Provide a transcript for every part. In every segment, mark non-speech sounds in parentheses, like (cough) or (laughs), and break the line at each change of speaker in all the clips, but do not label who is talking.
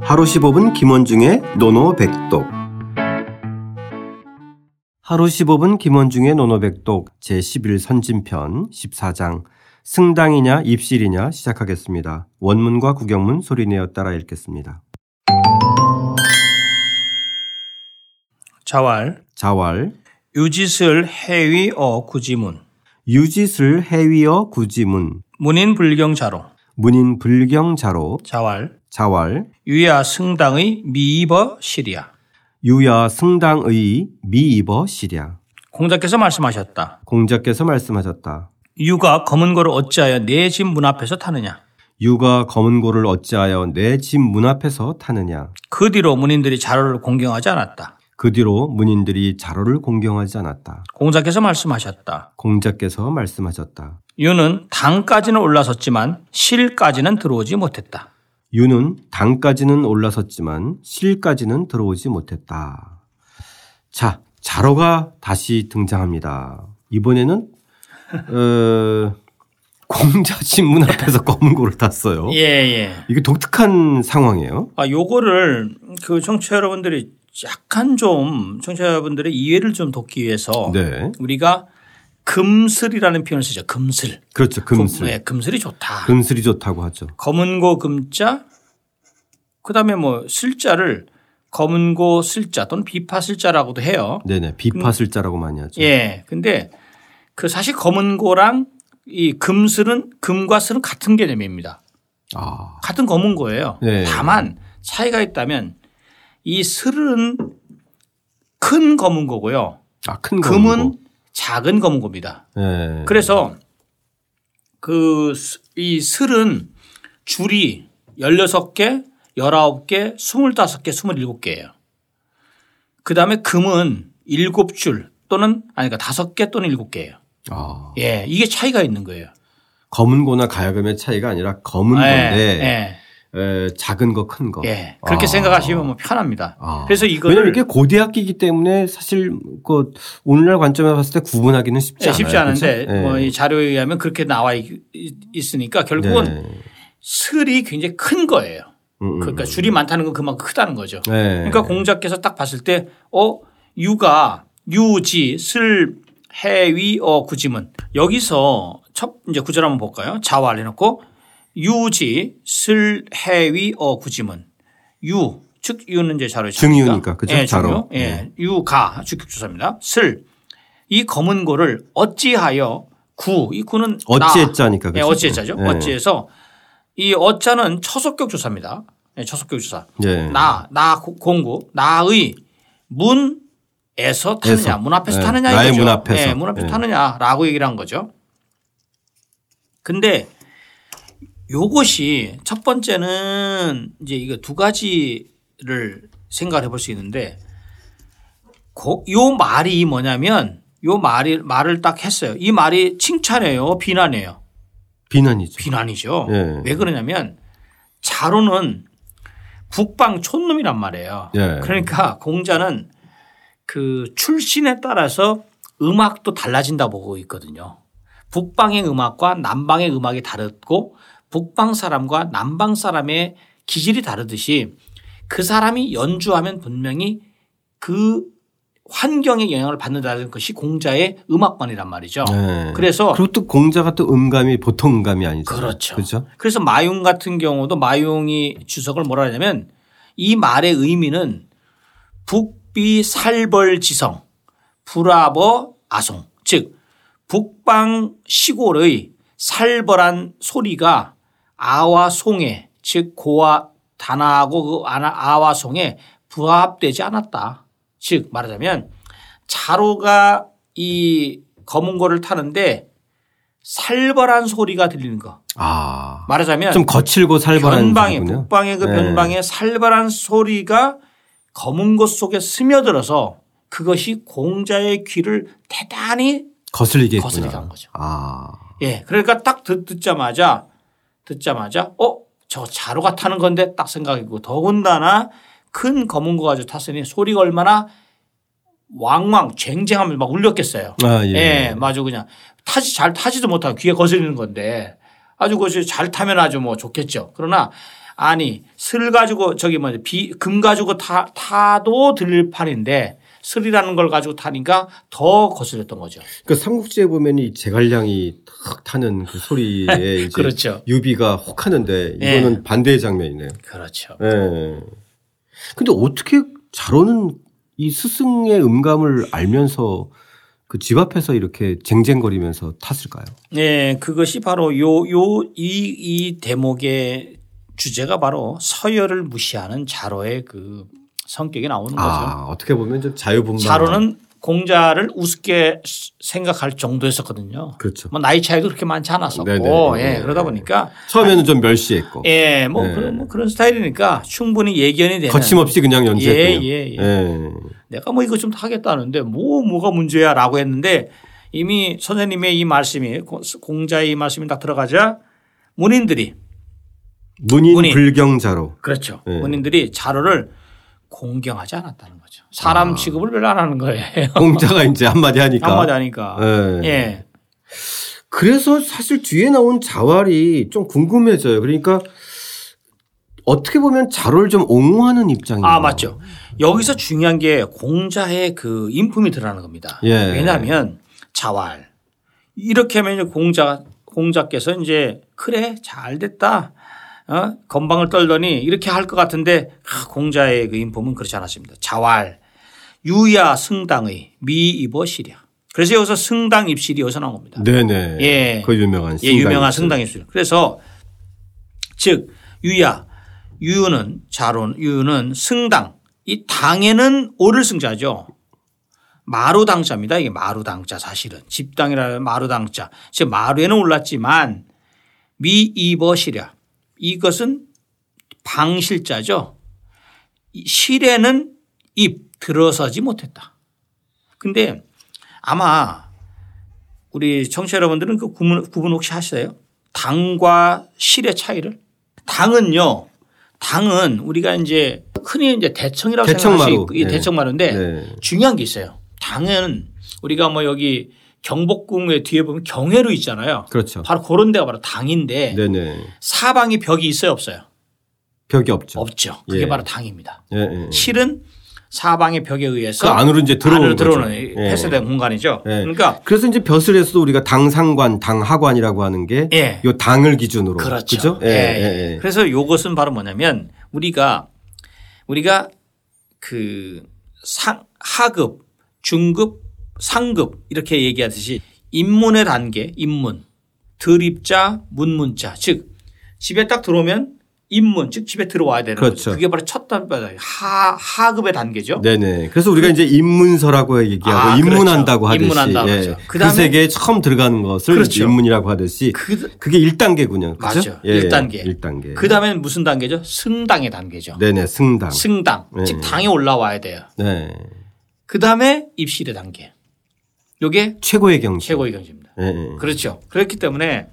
하루 15분 김원중의 노노백독 하루 15분 김원중의 노노백독 제11선진편 14장 승당이냐 입실이냐 시작하겠습니다. 원문과 구경문 소리내어 따라 읽겠습니다.
자왈
자왈
유짓을 해위어 구지문
유짓을 해위어 구지문
문인 불경자로
문인 불경자로
자왈
자왈
유야 승당의 미이버 시리아
유야 승당의 미입어 시랴
공자께서 말씀하셨다.
공자께서 말씀하셨다.
유가 검은 거를 어찌하여 내 집 문 앞에서 타느냐.
유가 검은 고를 어찌하여 내 집 문 앞에서 타느냐.
그 뒤로 문인들이 자로를 공경하지 않았다.
그 뒤로 문인들이 자로를 공경하지 않았다.
공자께서 말씀하셨다.
공자께서 말씀하셨다.
유는 당까지는 올라섰지만 실까지는 들어오지 못했다.
유는 당까지는 올라섰지만 실까지는 들어오지 못했다. 자, 자로가 다시 등장합니다. 이번에는 어, (laughs) 공자 집 문 앞에서 검은 고를 탔어요.
예, 예.
이게 독특한 상황이에요.
아, 요거를 그 청취자 여러분들이 약간 좀 청취자분들의 이해를 좀 돕기 위해서
네.
우리가 금슬이라는 표현을 쓰죠. 금슬.
그렇죠. 금슬.
네, 금슬이 좋다.
금슬이 좋다고 하죠.
검은고 금자 그다음에 뭐 슬자를 검은고 슬자 또는 비파 슬자라고도 해요.
네네. 비파슬자라고 많이 하죠.
예. 근데 그 사실 검은고랑 이 금슬은 금과 슬은 같은 개념입니다.
아.
같은 검은고예요.
네.
다만 차이가 있다면 이 슬은 큰 검은고고요.
아, 큰
금은
검은고.
작은 검은고입니다.
네.
그래서 그 이 슬은 줄이 16개, 19개, 25개, 27개예요. 그다음에 금은 7줄 또는 아니 그러니까 5개 또는 7개예요.
아.
예. 이게 차이가 있는 거예요.
검은고나 가야금의 차이가 아니라 검은 건데
예.
에, 작은 거 큰 거.
예. 예. 그렇게
아.
생각하시면 뭐 편합니다.
아.
그래서 이거를
왜냐면 이게 고대학기이기 때문에 사실 그 오늘날 관점에서 봤을 때 구분하기는 쉽지
예,
않아요.
쉽지 않은데
그렇죠?
뭐
예.
이 자료에 의하면 그렇게 나와 있, 있으니까 결국은
네.
슬이 굉장히 큰 거예요.
음, 음.
그러니까 줄이 많다는 건 그만큼 크다는 거죠.
네.
그러니까 공자께서 딱 봤을 때, 어, 유가, 유지, 슬, 해위, 어, 구짐은 여기서 첫, 이제 구절 한번 볼까요? 자활 해놓고, 유지, 슬, 해위, 어, 구짐은 유, 즉, 유는 이제 자로
증유니까, 그죠?
예,
자로.
자로. 예, 유가, 주격조사입니다. 슬, 이 검은 고를 어찌하여 구, 이 구는 나.
어찌했자니까.
예,
그렇죠?
어찌했자죠.
예.
어찌해서 이 어자는 처속격 조사입니다. 예, 처속격 조사.
예.
나, 나 고- 공구, 나의 문에서 타느냐,
에서.
문 앞에서
예,
타느냐
나의
이거죠.
문 앞에서.
예, 문 앞에서
예.
타느냐라고 얘기를 한 거죠. 근데 요것이 첫 번째는 이제 이거 두 가지를 생각해 볼 수 있는데 고- 요 말이 뭐냐면 요 말이 말을 딱 했어요. 이 말이 칭찬이에요, 비난이에요.
비난이죠.
그 비난이죠.
예.
왜 그러냐면 자로는 북방 촌놈이란 말이에요.
예.
그러니까 공자는 그 출신에 따라서 음악도 달라진다 보고 있거든요. 북방의 음악과 남방의 음악이 다르고 북방 사람과 남방 사람의 기질이 다르듯이 그 사람이 연주하면 분명히 그 환경의 영향을 받는다는 것이 공자의 음악관이란 말이죠.
예.
그래서
그리고 또 공자가 또 음감이 보통 음감이 아니죠.
그렇죠.
그렇죠.
그래서 마용 같은 경우도 마용이 주석을 뭐라 하냐면 이 말의 의미는 북비 살벌지성 불합어 아송 즉 북방 시골의 살벌한 소리가 아와 송에 즉 고와 단아하고 그 아나- 아와 송에 부합되지 않았다. 즉 말하자면 자로가 이 검은 거를 타는데 살벌한 소리가 들리는 거.
아.
말하자면
좀 거칠고 살벌한
변방의
분이군요.
북방의 그
네.
변방의 살벌한 소리가 검은 것 속에 스며들어서 그것이 공자의 귀를 대단히
거슬리게 했구나.
거슬리게 한 거죠.
아.
예 그러니까 딱 듣, 듣자마자 듣자마자 어 저 자루가 타는 건데 딱 생각이고 더군다나 큰 검은 거 가지고 탔으니 소리가 얼마나 왕왕 쟁쟁하면 막 울렸겠어요.
아,
예.
예.
맞아 그냥 타지 잘 타지도 못하고 귀에 거슬리는 건데 아주 그것이 잘 타면 아주 뭐 좋겠죠. 그러나 아니 슬 가지고 저기 뭐비금 가지고 타, 타도 들릴 판인데 슬이라는 걸 가지고 타니까 더 거슬렸던 거죠.
그 삼국지에 보면 이 제갈량이 탁 타는 그 소리에 이제
(laughs) 그렇죠.
유비가 혹하는데
예.
이거는 반대의 장면이네요.
그렇죠.
예. 근데 어떻게 잘 오는 이 스승의 음감을 알면서 그 집 앞에서 이렇게 쟁쟁거리면서 탔을까요?
네, 그것이 바로 요 요 이 이 대목의 주제가 바로 서열을 무시하는 자로의 그 성격이 나오는 거죠.
아, 어떻게 보면 좀 자유분방.
자로는 공자를 우습게 생각할 정도였었거든요.
그렇죠.
뭐 나이 차이도 그렇게 많지 않았었고,
네네.
예, 그러다 보니까
처음에는 좀 멸시했고
아, 예, 뭐,
네.
그런, 뭐 그런 스타일이니까 충분히 예견이 되는.
거침없이 그냥 연주했군요.
네. 예, 예, 예.
예.
내가 뭐 이거 좀 하겠다는데 뭐 뭐가 문제야라고 했는데 이미 선생님의 이 말씀이 고- 공자의 이 말씀이 딱 들어가자 문인들이
문인,
문인. (laughs)
불경자로.
그렇죠.
네.
문인들이 자로를 공경하지 않았다는 거죠.
아.
사람 취급을 별로 안 하는 거예요.
그러니까. 공자가 이제 한마디 하니까.
한마디 하니까.
예.
예.
그래서 사실 뒤에 나온 자활이 좀 궁금해져요. 그러니까 어떻게 보면 자를 좀 옹호하는 입장이에요.
아, 맞죠. 여기서 중요한 게 공자의 그 인품이 드러나는 겁니다.
예.
왜냐하면 자활. 이렇게 하면 이제 공자, 공자께서 이제 그래, 잘 됐다. 어? 건방을 떨더니 이렇게 할 것 같은데 아, 공자의 그 인품은 그렇지 않았습니다. 자활. 유야 승당의 미입어 시랴. 그래서 여기서 승당 입실이 여기서 나온 겁니다.
네네.
예.
그 유명한
예, 유명한 승당 입술. 그래서 즉 유야 유는 자론 유는 승당 이 당에는 오를 승자죠. 마루당자입니다. 이게 마루당자 사실은 집당이라는 마루당자. 즉 마루에는 올랐지만 미이버시랴 이것은 방실자죠. 이 실에는 입 들어서지 못했다. 근데 아마 우리 청취자 여러분들은 그 구분, 구분 혹시 하세요? 당과 실의 차이를? 당은요. 당은 우리가 이제 흔히 이제 대청이라고 생각할 수
대청마루.
있고 이
네.
대청마루인데
네.
중요한 게 있어요. 당은 우리가 뭐 여기 경복궁의 뒤에 보면 경회로 있잖아요.
그렇죠.
바로 그런 데가 바로 당인데
네네.
사방이 벽이 있어요 없어요?
벽이 없죠.
없죠. 그게
예.
바로 당입니다.
예, 예.
음. 실은 사방의 벽에
그
의해서
안으로 이제 들어오는
안으로
거죠.
들어오는 이
예.
폐쇄된 공간이죠.
예.
그러니까
그래서 이제 벼슬에서도 우리가 당상관, 당하관이라고 하는 게 요
예.
당을 기준으로
그렇죠.
그죠? 예, 예, 예.
그래서 이것은 바로 뭐냐면 우리가 우리가 그 상, 하급, 중급, 상급 이렇게 얘기하듯이 인문의 단계, 인문, 드립자, 문문자, 즉 집에 딱 들어오면 인문, 즉 집에 들어와야 되는
그렇죠.
거죠. 그게 바로 첫 단계, 하 하급의 단계죠.
네네. 그래서 우리가 이제 인문서라고 얘기하고
아, 그렇죠.
입문한다고 하듯이
입문한다고
예.
하죠.
그
그다음에-
세계에 처음 들어가는 것을
그렇죠.
입문이라고 하듯이
그
그게 1단계군요. 그렇죠?
맞아요. 1단계.
1단계.
그다음엔 무슨 단계죠? 승당의 단계죠.
예. 네네, 승당.
승당,
네.
즉 당에 올라와야 돼요.
네.
그다음에 입실의 단계. 요게
최고의 경지.
최고의 경지입니다.
예, 예.
그렇죠. 그렇기 때문에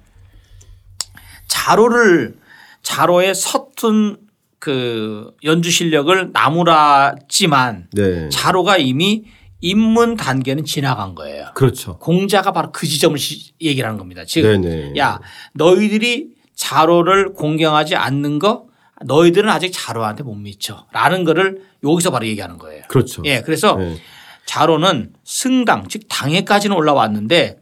자로를 자로의 서툰 그 연주 실력을 나무랐지만
네.
자로가 이미 입문 단계는 지나간 거예요.
그렇죠.
공자가 바로 그 지점을 시- 얘기를 하는 겁니다. 지금
네네.
야 너희들이 자로를 공경하지 않는 거 너희들은 아직 자로한테 못 미쳐라는 거를 여기서 바로 얘기하는 거예요.
그렇죠.
예, 그래서
예.
자로는 승당 즉 당해까지는 올라왔는데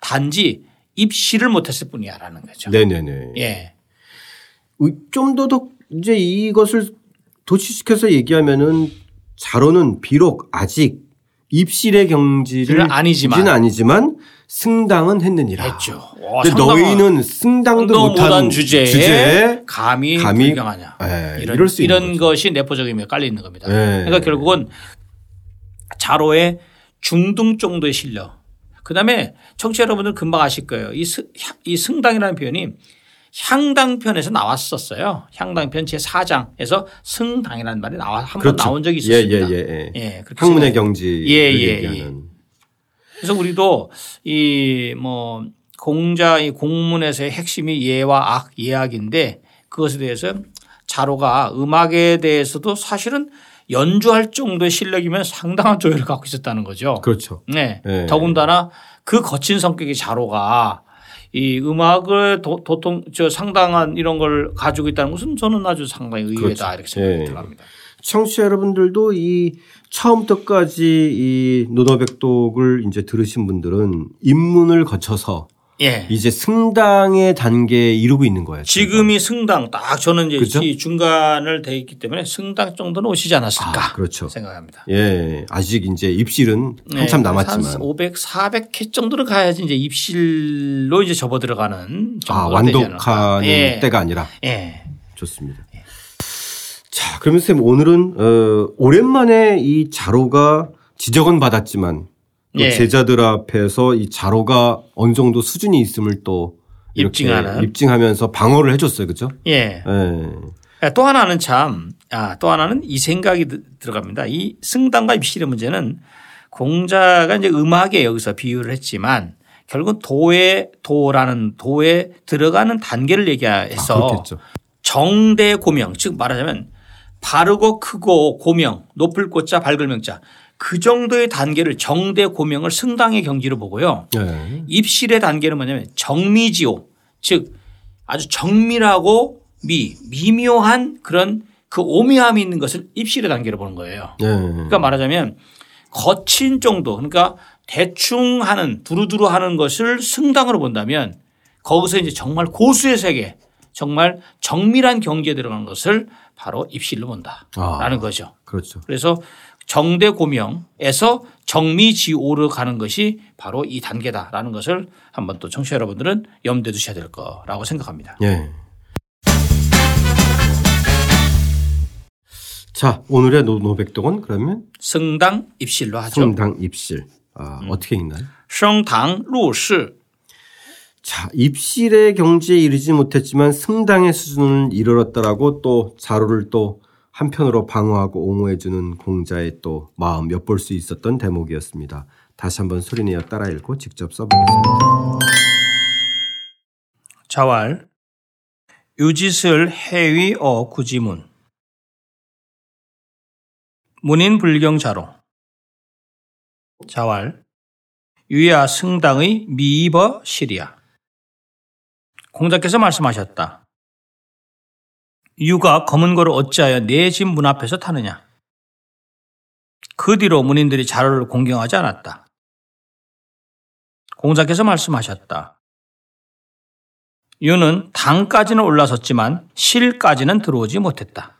단지 입시를 못했을 뿐이야라는 거죠.
네네네.
예,
좀 더 더 이제 이것을 도치시켜서 얘기하면은 자로는 비록 아직 입실의 경지를
는 아니지만.
이제는 아니지만 승당은 했느니라.
했죠. 와,
근데
어, 상당한
너희는 승당도
상도
못한
못한 주제에,
주제에
감히,
감히
불경하냐.
예,
이런,
이럴 수 있는
이런 것이 내포적 의미에 깔려 있는 겁니다.
예.
그러니까 결국은 자로의 중등 정도의 실력. 그다음에 청취자 여러분들 금방 아실 거예요. 이, 스- 향- 이 승당이라는 표현이 향당편에서 나왔었어요. 향당편 제 4장에서 승당이라는 말이 나와 한 번
그렇죠.
나온 적이
예, 예,
있었습니다.
예, 예.
예, 그렇게
학문의
생각해요.
경지
예, 예, 예.
얘기하는
그래서 우리도 이 뭐 공자의 공문에서의 핵심이 예와 악, 예악인데 그것에 대해서 자로가 음악에 대해서도 사실은 연주할 정도의 실력이면 상당한 조율을 갖고 있었다는 거죠.
그렇죠.
네.
예.
더군다나 그 거친 성격의 자로가 이 음악을 도, 통저 상당한 이런 걸 가지고 있다는 것은 저는 아주 상당히 의외다 이렇게 생각이
예.
들어갑니다.
청취자 여러분들도 이 처음부터까지 이 노노백독을 이제 들으신 분들은 입문을 거쳐서
예.
이제 승당의 단계에 이르고 있는 거예요.
지금이 승당 딱 저는 이제
그죠?
이 중간을 돼 있기 때문에 승당 정도는 오시지 않았을까
아, 그렇죠.
생각합니다. 네, 뭐
예, 아직 이제 입실은
예,
한참 남았지만
500, 400회 정도를 가야지 이제 입실로 이제 접어 들어가는
아,
정도가 되지 않을까.
완독하는
예.
때가 아니라
예.
좋습니다. 자, 그러면 쌤 오늘은 어, 오랜만에 이 자로가 지적은 받았지만 또
예.
제자들 앞에서 이 자로가 어느 정도 수준이 있음을 또 이렇게
입증하는.
입증하면서 방어를 해줬어요, 그렇죠?
예.
예.
아, 또 하나는 참, 아, 또 하나는 이 생각이 드- 들어갑니다. 이 승당과 입실의 문제는 공자가 이제 음악에 여기서 비유를 했지만 결국은 도에 도라는 도에 들어가는 단계를 얘기해서
아, 그렇겠죠.
정대 고명 즉 말하자면 바르고 크고 고명 높을 꽃자 밝을 명자 그 정도의 단계를 정대 고명을 승당의 경지로 보고요.
예.
입실의 단계는 뭐냐면 정미지오 즉 아주 정밀하고 미 미묘한 그런 그 오묘함이 있는 것을 입실의 단계로 보는 거예요.
예.
그러니까 말하자면 거친 정도 그러니까 대충 하는 두루두루 하는 것을 승당으로 본다면 거기서 이제 정말 고수의 세계 정말 정밀한 경지에 들어가는 것을 바로 입실로
아.
본다라는 거죠.
그렇죠.
그래서 정대 고명에서 정미지오로 가는 것이 바로 이 단계다라는 것을 한번 또 청취자 여러분들은 염두에 두셔야 될 거라고 생각합니다.
예. 자, 오늘의 노노백독은 그러면
승당 입실로 하죠.
성당 입실. 아,
음.
어떻게 읽나요?
성당 루시
자, 입실의 경지에 이르지 못했지만 승당의 수준을 이르렀다라고 또 자로를 또 한편으로 방어하고 옹호해주는 공자의 또 마음 엿볼 수 있었던 대목이었습니다. 다시 한번 소리내어 따라 읽고 직접 써보겠습니다.
자왈 유지슬 해위어 구지문 문인 불경자로 자왈 유야 승당의 미이버 시리아 공자께서 말씀하셨다. 유가 검은 거를 어찌하여 내 집 문 앞에서 타느냐? 그 뒤로 문인들이 자로를 공경하지 않았다. 공자께서 말씀하셨다. 유는 당까지는 올라섰지만 실까지는 들어오지 못했다.